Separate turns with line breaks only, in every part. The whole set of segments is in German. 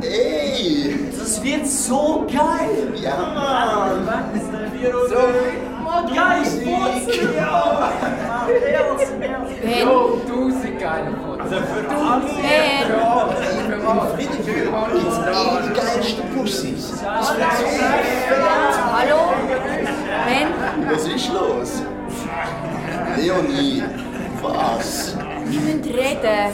Ey!
Das wird so geil!
Ja,
Mann! Wann ist der Virus? So viel Geil! Furzen! Ja! Herz, Herz.
Hey,
Tausend geile
Also-
Fotos.
hey,
Ey, die geilsten Pussys.
hallo? Ben,
Was ist los? Leonie, was?
wir müssen reden.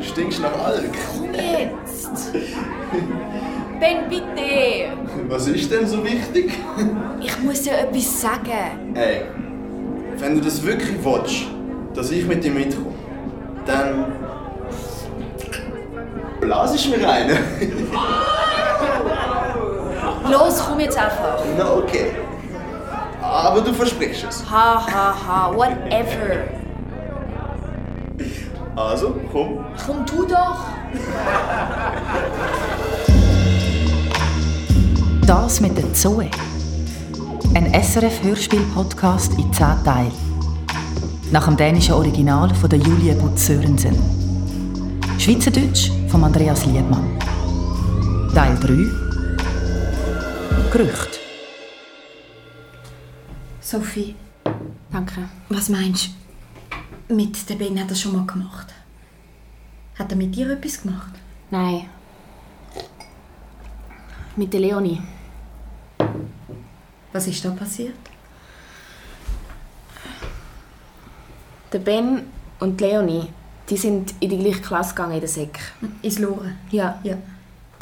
Stinkst nach Alk?
Komm jetzt! Ben, bitte!
Was ist denn so wichtig?
Ich muss dir etwas sagen.
Hey, wenn du das wirklich willst, dass ich mit dir mitkomme, dann. Blas ich mir eine.
Los, komm jetzt einfach.
Na, okay. Aber du versprichst es.
Ha, ha, ha, whatever.
Also, komm.
Komm, tu doch!
Das mit der Zoe. Ein SRF-Hörspiel-Podcast in 10 Teilen. Nach dem dänischen Original von der Julie Butz-Sörensen. Schweizerdeutsch von Andreas Liedmann. Teil 3. Gerücht.
Sophie,
Danke.
was meinst du? Mit der Ben hat er schon mal gemacht. Hat er mit dir etwas gemacht?
Nein. Mit der Leonie.
Was ist da passiert?
Der Ben und die Leonie, die sind in die gleiche Klasse gegangen in der Sek.
Ins Loren?
Ja.
Ja.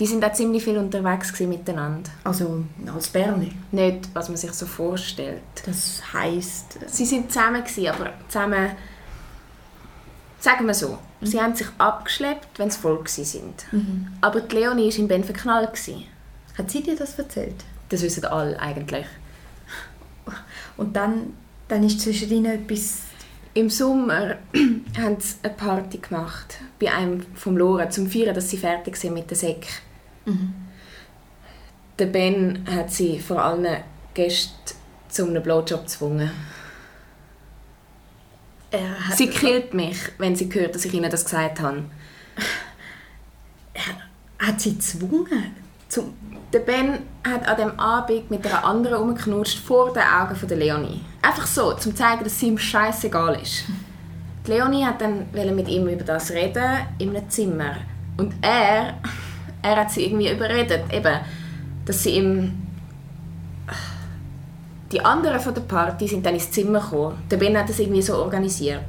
Die sind auch ziemlich viel unterwegs gewesen miteinander.
Also als Berli.
Nicht, was man sich so vorstellt. äh,
Das heisst.
Sie sind zusammen gewesen, aber zusammen. Sagen wir so, sie haben sich abgeschleppt, wenn sie voll gewesen sind. Aber die Leonie war in Ben verknallt. Gewesen.
Hat sie dir das erzählt?
Das wissen alle eigentlich.
Und dann, dann ist zwischen ihnen etwas.
Im Sommer haben sie eine Party gemacht bei einem vom Loren zum Feiern, dass sie fertig sind mit der Säck.
Mhm.
Der Ben hat sie vor allen Gästen zu einem Blowjob gezwungen.
Er hat,
Sie killt mich, wenn sie hört, dass ich ihnen das gesagt habe.
hat sie gezwungen? Zum,
Der Ben hat an dem Abend mit einer anderen umgeknutscht vor den Augen von der Leonie. Einfach so, um zu zeigen, dass sie ihm scheißegal ist. Die Leonie hat dann wollte mit ihm über das reden in einem Zimmer. Und er, er hat sie irgendwie überredet, eben, dass sie ihm die anderen von der Party sind dann ins Zimmer gekommen. Der Ben hat das irgendwie so organisiert.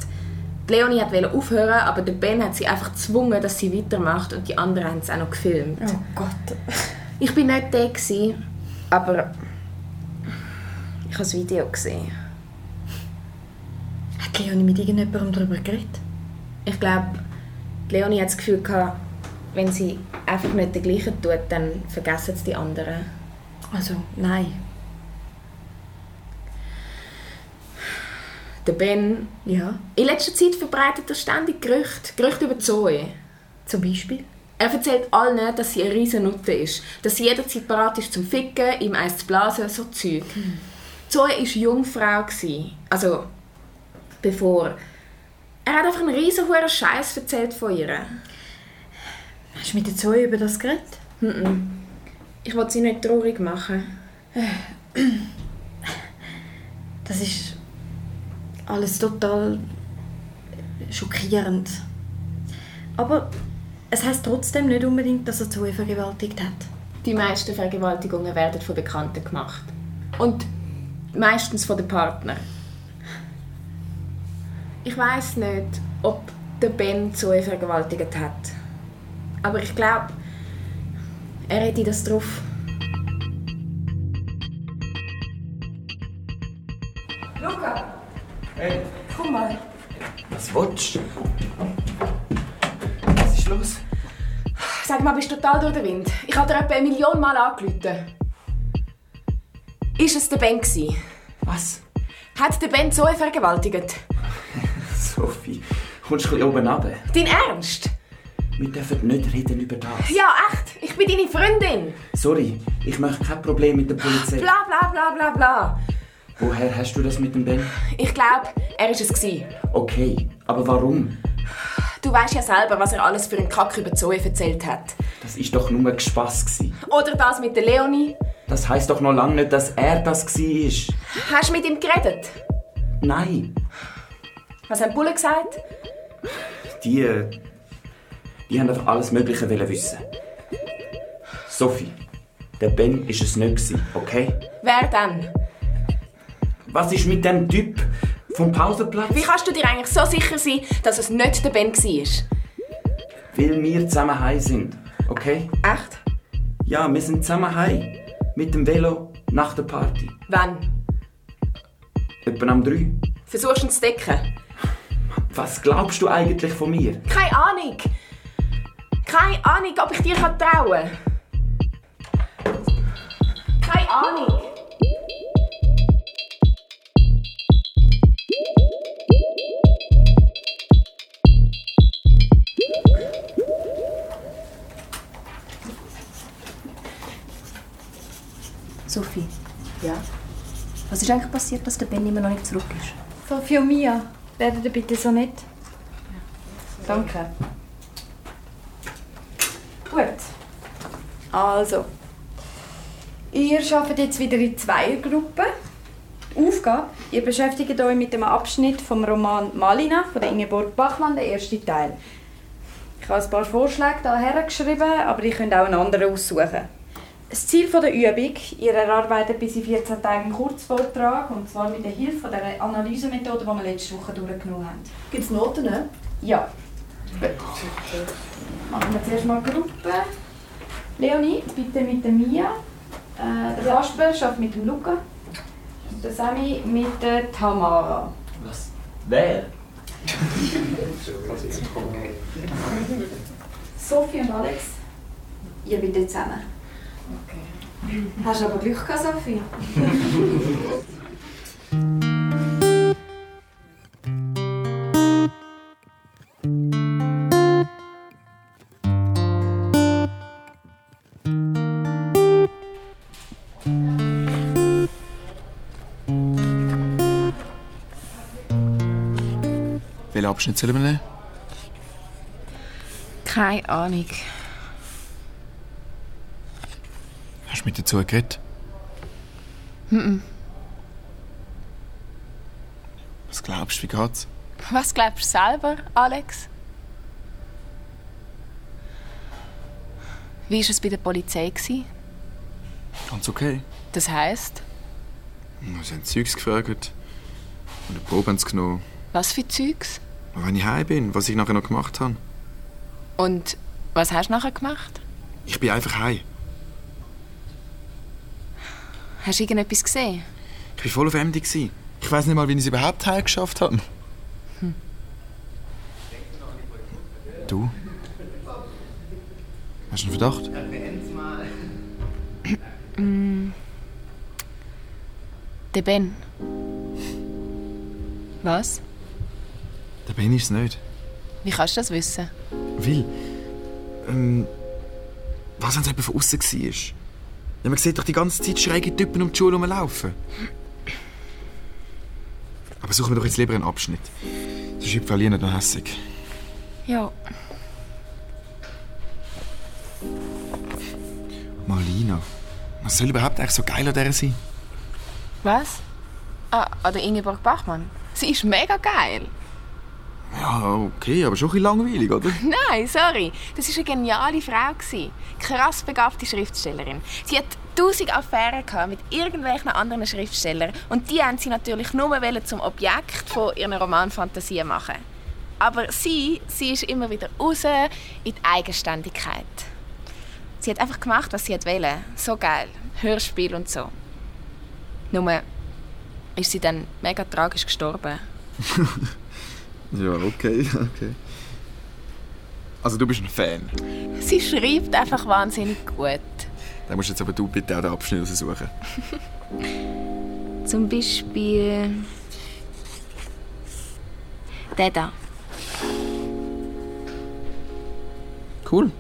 Die Leonie hat wollte aufhören, aber der Ben hat sie einfach gezwungen, dass sie weitermacht und die anderen haben es auch noch gefilmt.
oh Gott.
Ich bin nicht da, gewesen, aber ich habe das Video gesehen.
Hat Leonie mit irgendjemandem darüber geredet?
Ich glaube, Leonie hat das Gefühl gehabt, wenn sie einfach nicht den gleichen tut, dann vergessen es die anderen.
Also, nein.
Der Ben.
Ja.
In letzter Zeit verbreitet er ständig Gerüchte. Gerüchte über Zoe.
Zum Beispiel?
Er erzählt allen, dass sie eine riesen Nutte ist. Dass sie jederzeit bereit ist zum Ficken, ihm eins zu blasen, so Zeug. Zoe war Jungfrau. gsi, Also, bevor. Er hat einfach einen riesen Scheiß erzählt von ihr.
Hast du mit der Zoe über das geredet?
Ich wollte sie nicht traurig machen.
Das ist alles total schockierend. Aber es heißt trotzdem nicht unbedingt, dass er Zoe vergewaltigt hat.
Die meisten Vergewaltigungen werden von Bekannten gemacht. Und meistens von den Partnern. Ich weiß nicht, ob der Ben Zoe vergewaltigt hat. Aber ich glaube, er hätte das drauf.
Was willst du? Was ist los?
Sag mal, bist du total durch den Wind? Ich habe dir etwa eine Million Mal angerufen. Ist es der Ben gewesen?
Was?
Hat der Ben Zoe vergewaltigt?
Sophie, kommst du ein bisschen oben runter?
Dein Ernst?
Wir dürfen nicht reden über das.
Ja, echt. Ich bin deine Freundin.
Sorry, ich möchte kein Problem mit der Polizei.
Bla bla bla bla bla.
Woher hast du das mit dem Ben?
Ich glaube, er ist es gewesen.
Okay, aber warum?
Du weißt ja selber, was er alles für einen Kack über Zoe erzählt hat.
Das ist doch nur ein Spass gewesen.
Oder das mit der Leonie.
Das heißt doch noch lange nicht, dass er das war.
Hast du mit ihm geredet?
Nein,
Was haben die Bullen gesagt?
die... äh, Die haben einfach alles Mögliche wollen wissen. Sophie, der Ben ist es nicht gewesen, okay?
Wer dann?
Was ist mit dem Typ vom Pausenplatz?
Wie kannst du dir eigentlich so sicher sein, dass es nicht der Ben war?
Weil wir zusammen heim sind, okay?
Echt?
Ja, wir sind zusammen heim. Mit dem Velo nach der Party.
Wann?
Etwa am 3.
Versuchst du ihn zu decken?
Was glaubst du eigentlich von mir?
Keine Ahnung! Keine Ahnung, ob ich dir trauen kann. Keine Ahnung!
Sophie. Ja? Was ist eigentlich passiert, dass der Ben immer noch nicht zurück ist?
Sophie und Mia, werdet ihr bitte so nett?
Danke. Gut. Also. Ihr arbeitet jetzt wieder in Zweiergruppen. Aufgabe. Ihr beschäftigt euch mit dem Abschnitt vom Roman Malina von der Ingeborg Bachmann, der erste Teil. Ich habe ein paar Vorschläge hierher geschrieben, aber ihr könnt auch einen anderen aussuchen. Das Ziel von der Übung, ihr erarbeitet bis in 14 Tagen einen Kurzvortrag, und zwar mit der Hilfe von der Analysemethode, die wir letzte Woche durchgenommen haben.
Gibt es Noten? Ne?
Ja. Machen wir zuerst mal Gruppe. Leonie, bitte mit der Mia. Äh, der Kasper schafft mit dem Luca. Und der Sami mit der Tamara.
Was? Wer?
Sophie und Alex, ihr bitte zusammen. Okay. Hast aber Glück gehabt, Sophie.
Welchen Abschnitt sollen wir nehmen?
Keine Ahnung.
Hast du mit dazu geredet? Was glaubst du, wie geht's?
Was glaubst du selber, Alex? Wie war es bei der Polizei? gewesen?
Ganz okay.
Das heisst,
Sie haben Zeugs gefragt und eine Probe haben sie genommen.
was für Zeugs?
Und wenn ich heim bin, was ich nachher noch gemacht habe.
Und was hast du nachher gemacht?
Ich bin einfach heim.
Hast du irgendetwas gesehen?
Ich war voll auf MD. gewesen. Ich weiß nicht mal, wie ich es überhaupt heim geschafft habe. Hm. Du? Hast du einen Verdacht?
Der Ben. Was?
Da bin ich es nicht.
Wie kannst du das wissen?
Weil, ähm, was wenn es jemand von außen war? Ja, man sieht doch die ganze Zeit schräge Typen um die Schule rumlaufen. Aber suchen wir doch jetzt lieber einen Abschnitt. Sonst schreibt Verlierer noch hässig.
Ja.
Malina, was soll überhaupt eigentlich so geil an dieser sein?
Was? Ah, an der Ingeborg Bachmann. Sie ist mega geil.
Ja, okay, aber schon ein bisschen langweilig, oder?
Nein, sorry. Das war eine geniale Frau. gewesen. Krass begabte Schriftstellerin. Sie hat tausend Affären gehabt mit irgendwelchen anderen Schriftstellern. Und die haben sie natürlich nur wollen zum Objekt von ihren Romanfantasie machen. Aber sie, sie ist immer wieder raus in die Eigenständigkeit. Sie hat einfach gemacht, was sie wollte. So geil. Hörspiel und so. Nur ist sie dann mega tragisch gestorben.
Ja, okay, okay. Also du bist ein Fan.
Sie schreibt einfach wahnsinnig gut.
Dann musst jetzt aber du bitte auch den Abschnitt raussuchen.
Zum Beispiel. Der da.
Cool.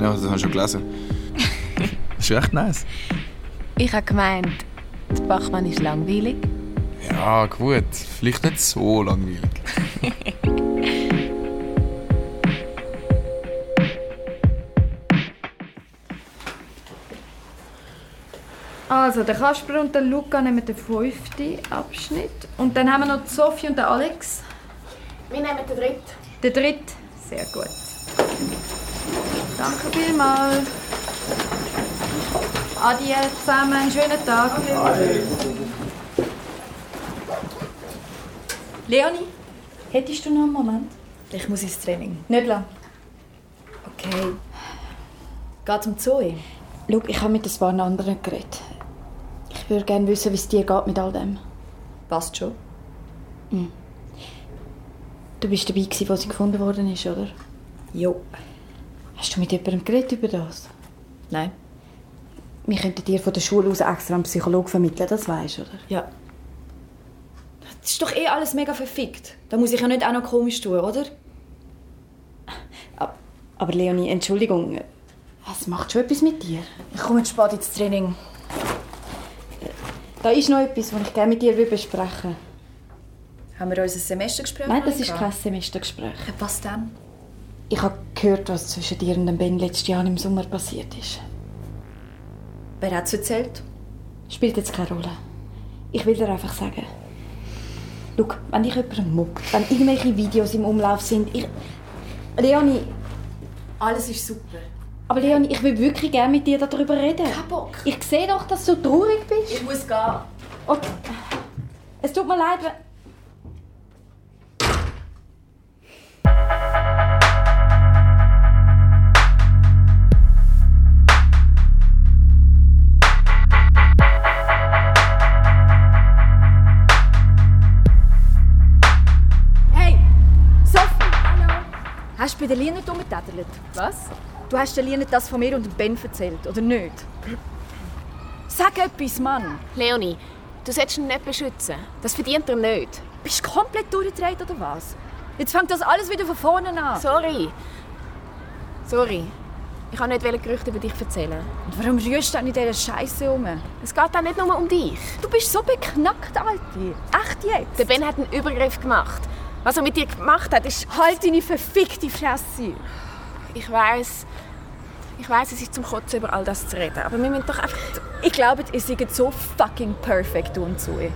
Ja, das habe ich schon gelesen. das ist echt nice.
Ich habe gemeint, der Bachmann ist langweilig.
Ja, gut. Vielleicht nicht so langweilig.
Also, der Kasper und der Luca nehmen den fünften Abschnitt. Und dann haben wir noch die Sophie und den Alex.
Wir nehmen den dritten.
Den dritten. Sehr gut. Danke vielmals. Adieu zusammen, einen schönen Tag. Leonie, hättest du noch einen Moment?
Ich muss ins Training.
Nicht lang.
Okay. Geht zum Zoe.
Schau, ich habe mit ein paar anderen geredet. Ich würde gerne wissen, wie es dir geht mit all dem.
Passt schon.
Du bist dabei, gewesen, wo sie gefunden worden ist, oder?
Jo.
Hast du mit jemandem geredet über das?
Nein.
Wir könnten dir von der Schule aus extra einen Psychologen vermitteln, das weißt du, oder?
Ja. Das ist doch eh alles mega verfickt. Da muss ich ja nicht auch noch komisch tun, oder?
Ah, Aber Leonie, Entschuldigung, es macht schon etwas mit dir.
Ich komme jetzt spät ins Training.
Äh, Da ist noch etwas, was ich gerne mit dir besprechen würde.
Haben wir unser Semestergespräch?
Nein, das ist kein
krass.
Semestergespräch.
Was denn?
Ich habe gehört, was zwischen dir und dem Ben letztes Jahr im Sommer passiert ist.
Wer hat's erzählt?
Spielt jetzt keine Rolle. Ich will dir einfach sagen. Schau, wenn dich jemand muckt, wenn irgendwelche Videos im Umlauf sind, ich... Leonie,
Alles ist super.
aber Leonie, ich will wirklich gerne mit dir darüber reden.
Kein Bock.
Ich sehe doch, dass du traurig bist.
Ich muss gehen.
Okay. Es tut mir leid, wenn...
Hey, Sophie! Hallo! Hast du bei der Lina nicht umgetätelt? Was? Du hast der Lina das von mir und dem Ben erzählt, oder nicht? Sag etwas, Mann!
Leonie, du solltest ihn nicht beschützen. Das verdient er nicht.
Bist du komplett durchgedreht, oder was? Jetzt fängt das alles wieder von vorne an.
Sorry. Sorry. Ich wollte nicht Gerüchte über dich erzählen.
Und warum rührst du denn in dieser Scheiße um?
Es geht auch nicht nur um dich.
Du bist so beknackt, Alte. Echt jetzt?
Der Ben hat einen Übergriff gemacht. Was er mit dir gemacht hat, ist...
Halt deine verfickte Fresse!
Ich weiß, ich weiß, es ist zum Kotzen, über all das zu reden. Aber wir müssen doch einfach...
Ich glaube, ihr seid so fucking perfekt, du und Zoe.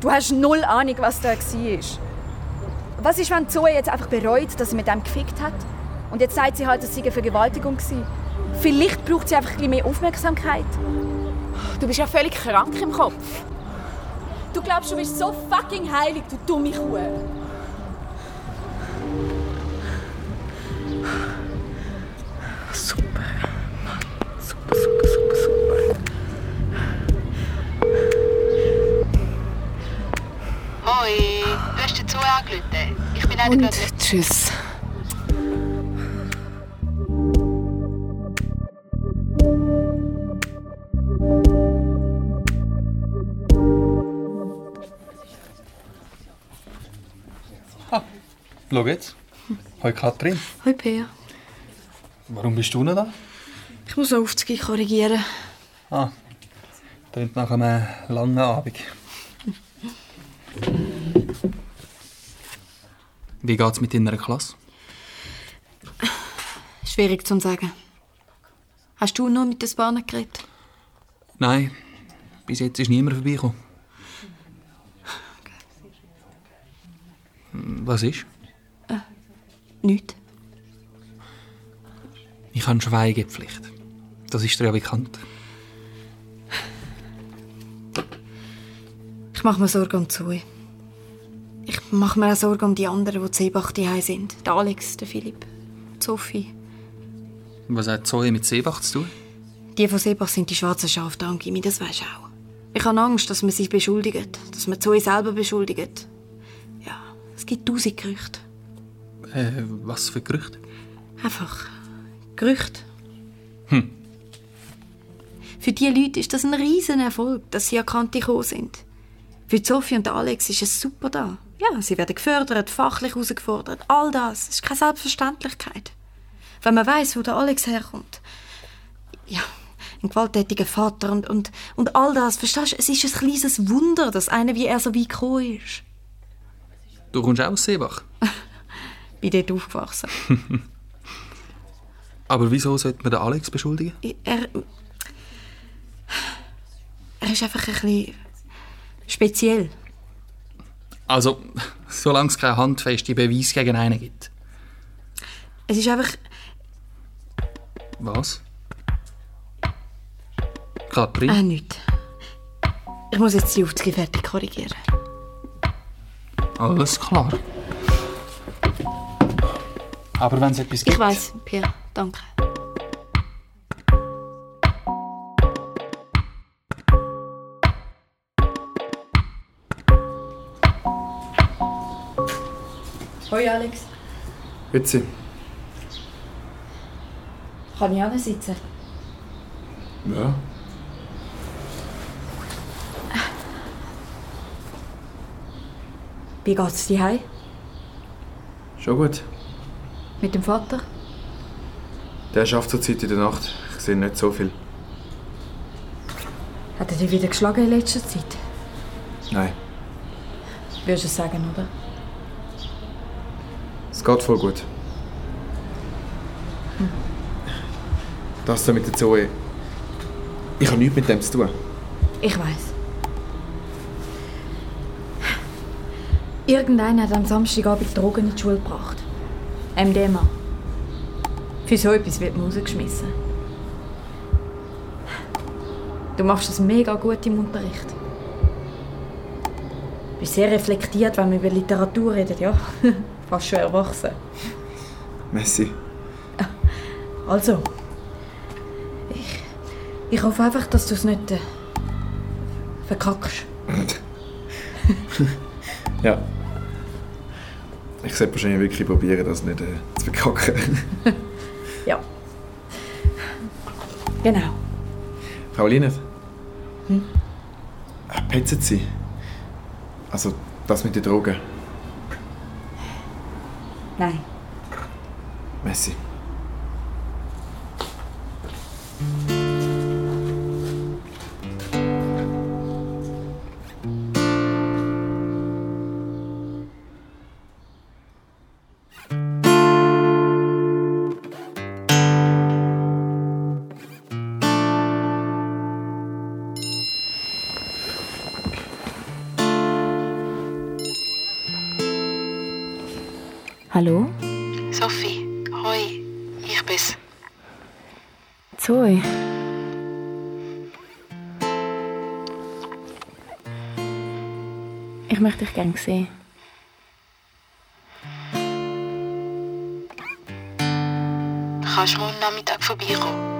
Du hast null Ahnung, was da war. Was ist, wenn Zoe jetzt einfach bereut, dass sie mit dem gefickt hat? Und jetzt sagt sie halt, es sei eine Vergewaltigung. gewesen. Vielleicht braucht sie einfach ein bisschen mehr Aufmerksamkeit.
Du bist ja völlig krank im Kopf.
Du glaubst, du bist so fucking heilig, du dumme Kuh.
Hoi, du hast dazu angerufen. Ich bin leider gerade nicht...
Tschüss.
Schau jetzt. Hoi Katrin,
Hallo Pia.
warum bist du noch da?
Ich muss noch aufzugehen korrigieren.
Ah, klingt nach einem langen Abend. Wie geht's mit deiner Klasse?
Schwierig zu sagen. Hast du noch mit den Bahnen geredet?
Nein, bis jetzt ist niemand vorbeigekommen.
Oh
Was ist?
Nichts.
Ich habe Schweigepflicht. Das ist dir ja bekannt.
Ich mache mir Sorgen um Zoe. Ich mache mir auch Sorgen um die anderen, die Seebach daheim sind. Der Alex, der Philipp, die Sophie.
Was hat Zoe mit Seebach zu tun?
Die von Seebach sind die schwarzen Schafe da, Gimmi, das weisst du auch. Ich habe Angst, dass man sie beschuldigt. Dass man Zoe selber beschuldigt. Ja, es gibt tausend Gerüchte.
Äh, was für Gerüchte?
Einfach Gerüchte.
Hm.
Für die Leute ist das ein riesen Erfolg, dass sie erkannte gekommen sind. Für die Sophie und den Alex ist es super da. Ja, sie werden gefördert, fachlich herausgefordert, all das. ist keine Selbstverständlichkeit. Wenn man weiß, wo der Alex herkommt. Ja, ein gewalttätiger Vater und, und, und all das. Verstehst du, es ist ein kleines Wunder, dass einer wie er so weit gekommen ist.
Du kommst auch aus Seebach.
Bin dort aufgewachsen.
Aber wieso sollte man den Alex beschuldigen?
Er, er ist einfach ein bisschen speziell.
Also, solange es keine handfeste Beweise gegen einen gibt.
Es ist einfach...
Was? Katrin?
Ah,
Äh, nichts. Ich muss jetzt die Aufzüge fertig korrigieren.
Alles klar. Aber wenn es etwas gibt...
Ich weiß, Pierre. Danke.
Hoi Alex,
Witzi.
kann ich ansitzen?
Ja.
Wie geht's dir heim?
Schon gut.
Mit dem Vater?
Der schafft zurzeit in der Nacht. Ich sehe nicht so viel.
Hat er dich wieder geschlagen in letzter Zeit?
Nein.
Würdest du sagen, oder?
Es geht voll gut. Das da mit der Zoe. Ich habe nichts mit dem zu tun.
Ich weiß. Irgendeiner hat am Samstagabend Drogen in die Schule gebracht. MDMA. Für so etwas wird man rausgeschmissen. Du machst das mega gut im Unterricht. Du bist sehr reflektiert, wenn wir über Literatur reden, ja. Fast schon erwachsen.
Messi.
Also, ich, ich hoffe einfach, dass du es nicht äh, verkackst.
Ja. Ich sollte wahrscheinlich wirklich probieren, das nicht äh, zu verkacken.
Ja. Genau.
Caroline? Ah,
Hm?
Petzen Sie? Also, das mit den Drogen.
Nein.
Messi.
Hallo?
Sophie, hoi, ich bin's.
Zoe? Ich möchte dich gerne sehen.
Kannst du am Nachmittag vorbeikommen?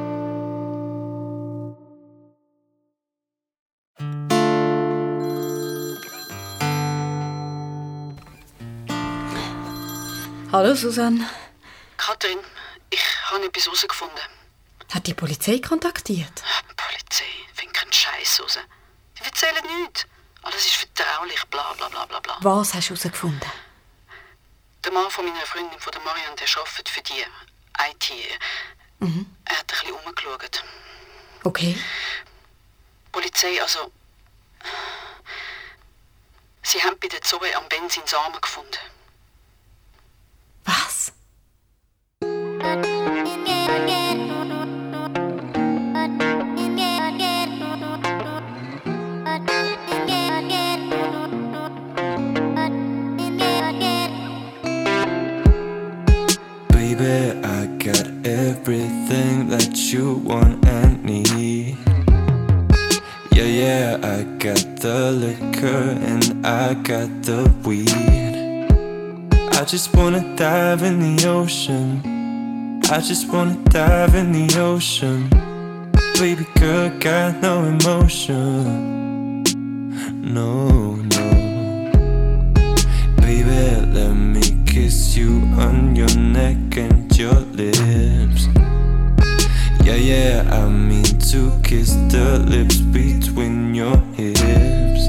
Hallo, Susanne.
Katrin, ich habe etwas herausgefunden.
Hat die Polizei kontaktiert?
Die Polizei findet keinen Scheiß raus. Die erzählen nichts. Alles ist vertraulich, bla bla bla bla bla.
Was hast du herausgefunden?
Der Mann von meiner Freundin, von der Marianne, der arbeitet für die IT.
Mhm.
Er hat ein bisschen rumgeschaut.
Okay.
Die Polizei, also... Sie haben bei der Zoe am Benzin Samen gefunden.
Was?
Baby, I got everything that you want and need. Yeah, yeah, I got the liquor and I got the weed. I just wanna dive in the ocean. I just wanna dive in the ocean. Baby girl, got no emotion. No, no. Baby, let me kiss you on your neck and your lips. Yeah, yeah, I mean
to kiss the lips between your hips.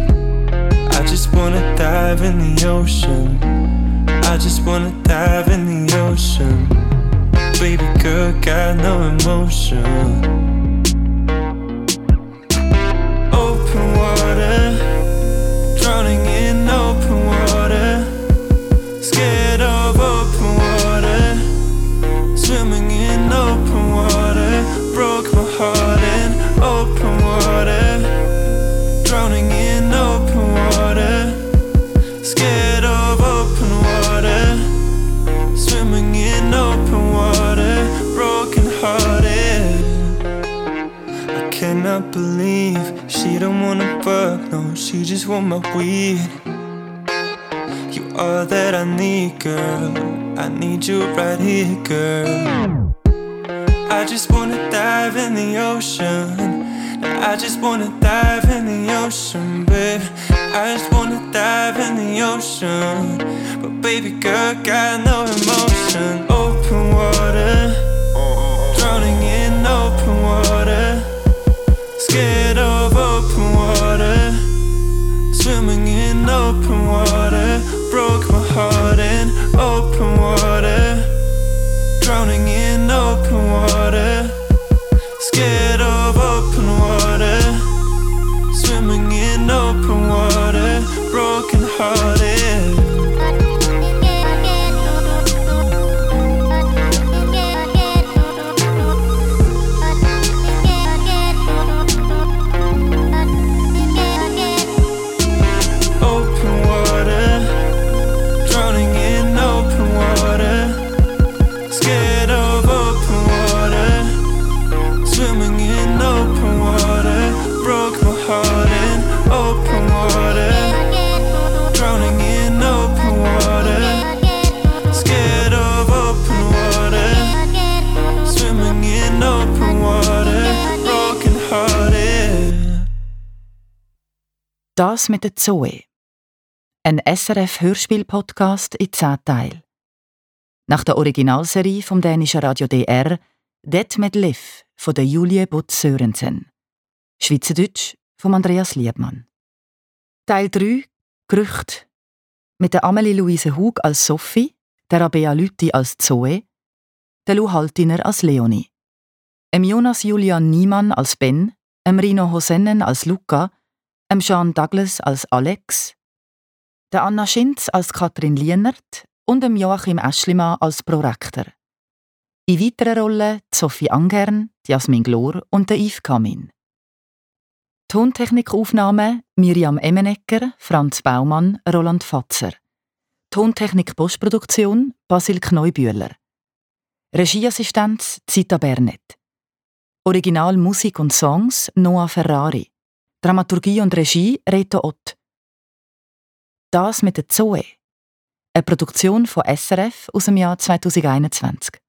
I just wanna dive in the ocean. I just wanna dive in the ocean. Baby girl got no emotion. Open water, drowning in open water. Scared of open water. Swimming in open water, broke my heart in open water. Drowning in open water, scared of open water. Swimming in open water, broken hearted. I cannot believe she don't wanna fuck, no, she just want my weed. You are that I need, girl. I need you right here, girl. I just wanna dive in the ocean. I just wanna dive in the ocean, babe. I just wanna dive in the ocean. But baby girl, got no emotion. Open water, drowning in open water. Scared of open water. Swimming in open water, broke my heart in open water. Drowning in open water, scared of open water. Swimming in open water, broken hearted. Open water, drowning in open water. Scared of open water, swimming in open water. Broke my heart in open water, drowning in open water. Scared of open water, swimming in open water. Broken hearted.
Das mit der Zoe. Ein SRF-Hörspiel-Podcast in 10 Teilen. Nach der Originalserie vom dänischen Radio DR «Det med Liv» von der Julie Butz Sörensen. Schweizerdeutsch von Andreas Liebmann. Teil 3 «Gerücht» mit der Amelie Louise Hug als Sophie, der Rabea Lüthi als Zoe, der Lou Haltiner als Leonie, em Jonas Julian Niemann als Ben, em Rino Hosennen als Luca, em Ähm, Sean Douglas als Alex, der Anna Schinz als Katrin Lienert und dem Joachim Eschlimann als Prorektor. In weiteren Rollen die Sophie Angern, die Jasmin Glor und der Yves Kamin. Tontechnikaufnahmen Miriam Emenecker, Franz Baumann, Roland Fatzer. Tontechnik Postproduktion Basil Kneubühler. Regieassistenz Zita Bernet. Original Musik und Songs Noah Ferrari. Dramaturgie und Regie Reto Ott. Das mit der Zoe. Eine Produktion von SRF aus dem Jahr 2021.